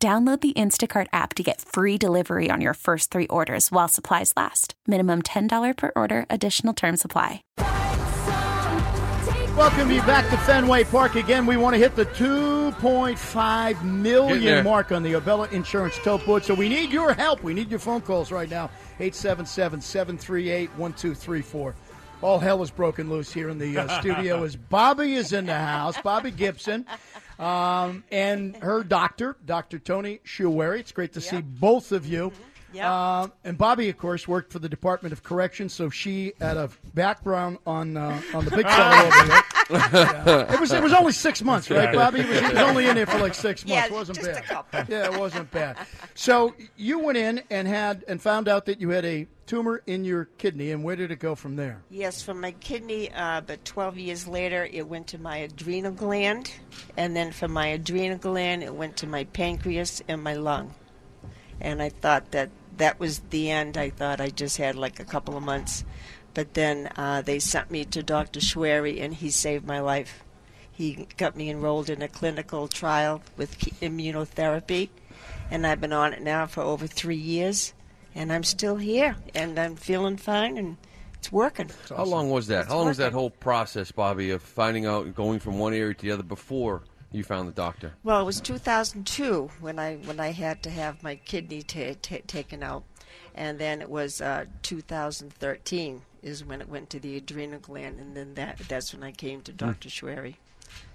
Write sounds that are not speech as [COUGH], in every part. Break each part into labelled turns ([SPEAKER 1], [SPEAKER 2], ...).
[SPEAKER 1] Download the Instacart app to get free delivery on your first three orders while supplies last. Minimum $10 per order, additional term supply.
[SPEAKER 2] Welcome you back to Fenway Park again. We want to hit the 2.5
[SPEAKER 3] Get there.
[SPEAKER 2] million mark on the Abella Insurance Tote Board, so we need your help. We need your phone calls right now. 877-738-1234. All hell is broken loose here in the uh, studio as Bobby is in the house, Bobby Gibson, um, and her doctor, Dr. Tony Schuweri. It's great to see both of you.
[SPEAKER 4] Yep.
[SPEAKER 2] Um, and Bobby, of course, worked for the Department of Corrections, so she had a background on uh, on the big fellow over here. Yeah. It was it was only six months, right, Bobby? It was, it was only in there for like six
[SPEAKER 4] Yeah,
[SPEAKER 2] months. wasn't
[SPEAKER 4] just
[SPEAKER 2] bad.
[SPEAKER 4] a couple.
[SPEAKER 2] Yeah, it wasn't bad. So you went in and had and found out that you had a tumor in your kidney, and where did it go from there?
[SPEAKER 4] Yes, from my kidney, uh, but 12 years later, it went to my adrenal gland, and then from my adrenal gland, it went to my pancreas and my lung. And I thought that that was the end. I thought I just had like a couple of months, but then uh, they sent me to Dr. Schwery, and he saved my life. He got me enrolled in a clinical trial with ke- immunotherapy, and I've been on it now for over three years, and I'm still here, and I'm feeling fine, and it's working.
[SPEAKER 3] How long was that?
[SPEAKER 4] It's
[SPEAKER 3] How long was that
[SPEAKER 4] working.
[SPEAKER 3] whole process, Bobby, of finding out and going from one area to the other before you found the doctor?
[SPEAKER 4] Well, it was 2002 when I when I had to have my kidney ta ta taken out, and then it was uh, 2013 is when it went to the adrenal gland, and then that that's when I came to Dr. Schwery.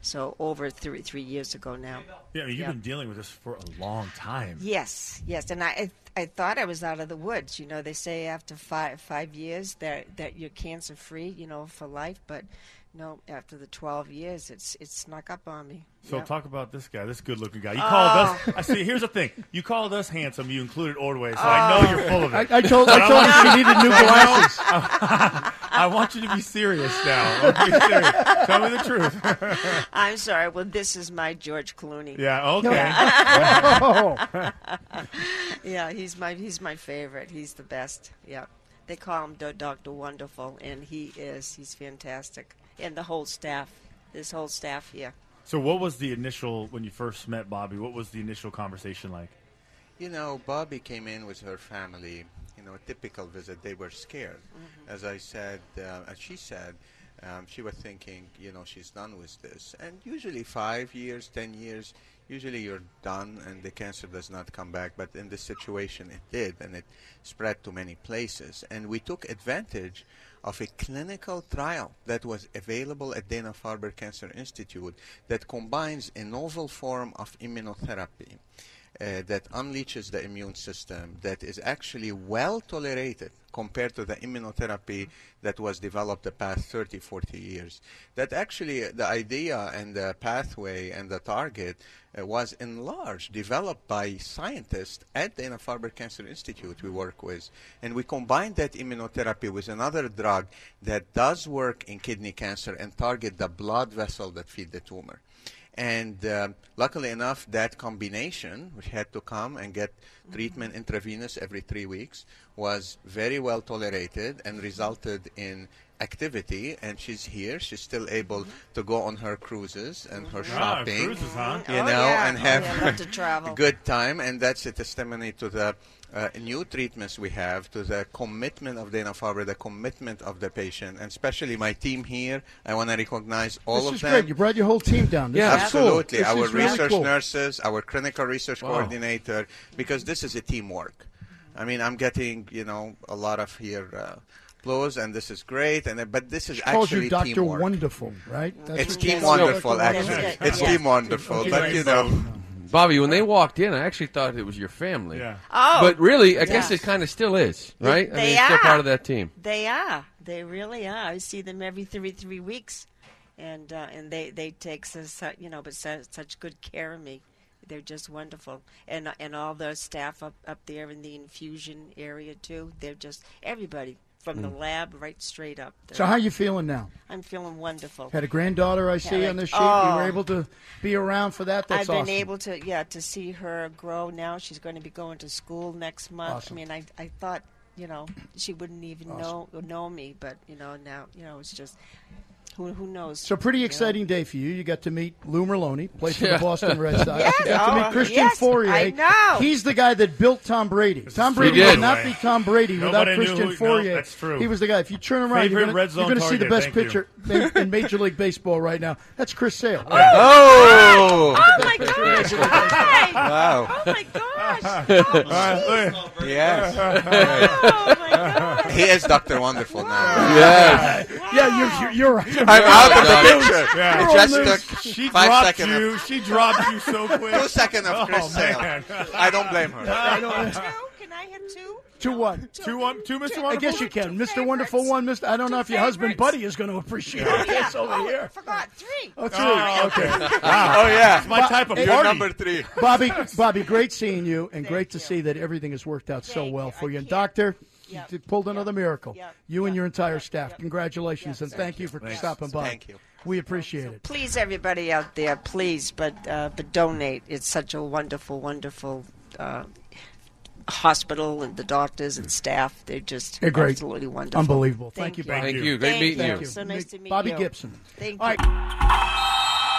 [SPEAKER 4] So over three three years ago now.
[SPEAKER 5] Yeah, I mean, you've
[SPEAKER 4] Yeah.
[SPEAKER 5] been dealing with this for a long time.
[SPEAKER 4] Yes, yes, and I I I thought I was out of the woods. You know, they say after five five years that that you're cancer free, you know, for life, but no, after the 12 years, it's it snuck up on me.
[SPEAKER 5] So
[SPEAKER 4] Yep.
[SPEAKER 5] talk about this guy, this good-looking guy. You
[SPEAKER 2] Oh.
[SPEAKER 5] called us. I see. Here's the thing. You called us handsome. You included Ordway, so I know you're full of
[SPEAKER 2] I,
[SPEAKER 5] it.
[SPEAKER 2] Oh. [LAUGHS] I told I told you she needed new glasses.
[SPEAKER 5] I want you to be serious now. Be serious. Tell me the truth. [LAUGHS]
[SPEAKER 4] I'm sorry. Well, this is my George Clooney.
[SPEAKER 5] Yeah. Okay.
[SPEAKER 4] Yeah, he's my he's my favorite. He's the best. Yeah, they call him Doctor Wonderful, and he is. He's fantastic, and the whole staff, this whole staff here.
[SPEAKER 5] So, what was the initial when you first met Bobby? What was the initial conversation like?
[SPEAKER 6] You know, Bobby came in with her family. You know, a typical visit. They were scared, as I said, uh, as she said. Um, she was thinking, you know, she's done with this. And usually, five years, ten years, usually you're done, and the cancer does not come back. But in this situation, it did, and it spread to many places. And we took advantage of a clinical trial that was available at Dana-Farber Cancer Institute that combines a novel form of immunotherapy uh, that unleashes the immune system that is actually well tolerated compared to the immunotherapy that was developed the past 30, 40 years. That actually uh, the idea and the pathway and the target uh, was enlarged, developed by scientists at the Dana-Farber Cancer Institute we work with. And we combined that immunotherapy with another drug that does work in kidney cancer and target the blood vessel that feed the tumor. And um luckily enough, that combination, which had to come and get treatment intravenous every three weeks, was very well tolerated and resulted in activity. And she's here; she's still able to go on her cruises and her shopping.
[SPEAKER 5] Ah, cruises, huh?
[SPEAKER 4] Mhm.
[SPEAKER 6] You
[SPEAKER 4] Oh,
[SPEAKER 6] know,
[SPEAKER 4] yeah.
[SPEAKER 6] and
[SPEAKER 4] Oh,
[SPEAKER 6] have
[SPEAKER 4] yeah, I love to travel.
[SPEAKER 6] [LAUGHS] good time, and that's a testimony to the uh, new treatments we have, to the commitment of Dana Farber, the commitment of the patient, and especially my team here. I want to recognize all
[SPEAKER 2] Oh, This
[SPEAKER 6] of
[SPEAKER 2] is
[SPEAKER 6] them.
[SPEAKER 2] great. You brought your whole team down. This
[SPEAKER 3] Yeah,
[SPEAKER 2] is cool.
[SPEAKER 6] Absolutely.
[SPEAKER 2] This
[SPEAKER 6] Our
[SPEAKER 2] is really
[SPEAKER 6] research
[SPEAKER 2] cool.
[SPEAKER 6] nurses, our clinical research coordinator, because this is a teamwork. I mean, I'm getting, you know, a lot of here uh, blows, and this is great, and but this is
[SPEAKER 2] Calls you
[SPEAKER 6] actually
[SPEAKER 2] Doctor
[SPEAKER 6] teamwork.
[SPEAKER 2] Wonderful, right? That's
[SPEAKER 6] It's
[SPEAKER 2] what
[SPEAKER 6] team
[SPEAKER 2] you-
[SPEAKER 6] wonderful,
[SPEAKER 4] That's
[SPEAKER 6] actually.
[SPEAKER 4] good.
[SPEAKER 6] It's
[SPEAKER 4] Yeah.
[SPEAKER 6] team wonderful,
[SPEAKER 2] Okay.
[SPEAKER 6] but you know,
[SPEAKER 3] Bobby, when they walked in, I actually thought it was your family.
[SPEAKER 5] Yeah.
[SPEAKER 4] Oh.
[SPEAKER 3] But really, I guess
[SPEAKER 4] Yeah.
[SPEAKER 3] it kind of still is, right? I
[SPEAKER 4] They
[SPEAKER 3] mean, it's still
[SPEAKER 4] are.
[SPEAKER 3] part of that team.
[SPEAKER 4] They are. They really are. I see them every three three weeks, and uh, and they they take such you know, but such, such good care of me. They're just wonderful, and and all the staff up up there in the infusion area too. They're just everybody
[SPEAKER 6] Hmm.
[SPEAKER 4] from the lab right straight up.
[SPEAKER 2] So
[SPEAKER 4] They're-
[SPEAKER 2] how you feeling now?
[SPEAKER 4] I'm feeling wonderful.
[SPEAKER 2] Had a granddaughter I see
[SPEAKER 4] Yeah,
[SPEAKER 2] on this sheet.
[SPEAKER 4] like-
[SPEAKER 2] You were
[SPEAKER 4] oh.
[SPEAKER 2] able to be around for that. That's
[SPEAKER 4] I've been
[SPEAKER 2] awesome.
[SPEAKER 4] able to, yeah, to see her grow now. She's going to be going to school next month.
[SPEAKER 2] Awesome.
[SPEAKER 4] I mean, I, I thought, you know, she wouldn't even know know me, but you know, now, you know, it's just who who knows.
[SPEAKER 2] so pretty
[SPEAKER 4] you know?
[SPEAKER 2] exciting day for you. You got to meet Lou Merlone, played for the Boston Red
[SPEAKER 4] [LAUGHS]
[SPEAKER 2] Sox. you got to
[SPEAKER 4] oh,
[SPEAKER 2] meet Christian
[SPEAKER 4] yes,
[SPEAKER 2] Fourier.
[SPEAKER 4] I know.
[SPEAKER 2] He's the guy that built Tom Brady. Tom
[SPEAKER 5] is
[SPEAKER 2] Brady
[SPEAKER 3] true.
[SPEAKER 2] would
[SPEAKER 3] He
[SPEAKER 2] not
[SPEAKER 5] did.
[SPEAKER 2] be Tom Brady without
[SPEAKER 5] Nobody knew
[SPEAKER 2] Christian
[SPEAKER 5] who- no,
[SPEAKER 2] Fourier.
[SPEAKER 5] that's true.
[SPEAKER 2] He was the guy. If you turn around,
[SPEAKER 5] Favorite
[SPEAKER 2] you're gonna-
[SPEAKER 5] red zone
[SPEAKER 2] you're going to see the
[SPEAKER 5] target,
[SPEAKER 2] best
[SPEAKER 5] thank you.
[SPEAKER 2] pitcher in, in Major League Baseball right now. That's Chris
[SPEAKER 4] [LAUGHS]
[SPEAKER 2] Sale.
[SPEAKER 6] Oh!
[SPEAKER 4] Oh my gosh! Hi.
[SPEAKER 6] Wow.
[SPEAKER 4] Oh my gosh! Oh,
[SPEAKER 6] Yes.
[SPEAKER 4] oh my gosh!
[SPEAKER 6] He is Dr. Wonderful now.
[SPEAKER 3] Yes.
[SPEAKER 2] Yeah, you're, you're, you're
[SPEAKER 5] [LAUGHS]
[SPEAKER 2] right.
[SPEAKER 6] I'm out of
[SPEAKER 3] Yeah.
[SPEAKER 6] the picture.
[SPEAKER 5] Yeah.
[SPEAKER 6] It
[SPEAKER 2] You're
[SPEAKER 6] just took
[SPEAKER 5] She
[SPEAKER 6] five
[SPEAKER 5] dropped
[SPEAKER 6] seconds.
[SPEAKER 5] you. She dropped you so quick.
[SPEAKER 6] Two seconds of Chris
[SPEAKER 5] Oh, man.
[SPEAKER 6] Sale. I don't blame her.
[SPEAKER 2] I don't-
[SPEAKER 4] Two? Can I have two?
[SPEAKER 2] to what?
[SPEAKER 5] Two one, two, Mr. Wonderful.
[SPEAKER 2] I guess you can.
[SPEAKER 4] Two
[SPEAKER 2] Mr. Wonderful One,
[SPEAKER 4] favorites.
[SPEAKER 2] Mr. I don't know if your husband
[SPEAKER 4] favorites.
[SPEAKER 2] Buddy is going to appreciate this over
[SPEAKER 4] oh,
[SPEAKER 2] here.
[SPEAKER 4] forgot three.
[SPEAKER 2] Oh, three.
[SPEAKER 5] Oh,
[SPEAKER 2] okay.
[SPEAKER 6] Oh, yeah.
[SPEAKER 5] My type of
[SPEAKER 2] You're
[SPEAKER 6] You're
[SPEAKER 5] party.
[SPEAKER 6] number three.
[SPEAKER 4] [LAUGHS]
[SPEAKER 2] Bobby, Bobby, great seeing you, and great to
[SPEAKER 4] you.
[SPEAKER 2] see that everything has worked out so
[SPEAKER 4] Thank
[SPEAKER 2] well
[SPEAKER 4] you.
[SPEAKER 2] for
[SPEAKER 4] I
[SPEAKER 2] you. And
[SPEAKER 4] can't-
[SPEAKER 2] Doctor,
[SPEAKER 4] Yep.
[SPEAKER 2] you pulled another miracle.
[SPEAKER 4] Yep.
[SPEAKER 2] You and
[SPEAKER 4] Yep.
[SPEAKER 2] your entire
[SPEAKER 4] Yep.
[SPEAKER 2] staff.
[SPEAKER 4] Yep.
[SPEAKER 2] Congratulations,
[SPEAKER 4] Yep.
[SPEAKER 2] and thank you for stopping by.
[SPEAKER 6] Thank you.
[SPEAKER 2] We appreciate it.
[SPEAKER 4] Please, everybody out there, please, but uh, but donate. It's such a wonderful, wonderful uh, hospital, and the doctors and staff. They're just
[SPEAKER 2] They're great.
[SPEAKER 4] absolutely wonderful.
[SPEAKER 2] Unbelievable. Thank, you, Bobby.
[SPEAKER 3] Thank
[SPEAKER 5] you.
[SPEAKER 3] you. Great
[SPEAKER 4] Thank
[SPEAKER 3] meeting
[SPEAKER 4] you.
[SPEAKER 3] you.
[SPEAKER 4] So nice to meet
[SPEAKER 2] Bobby
[SPEAKER 4] you.
[SPEAKER 2] Gibson.
[SPEAKER 4] Thank
[SPEAKER 2] All
[SPEAKER 4] you.
[SPEAKER 2] right,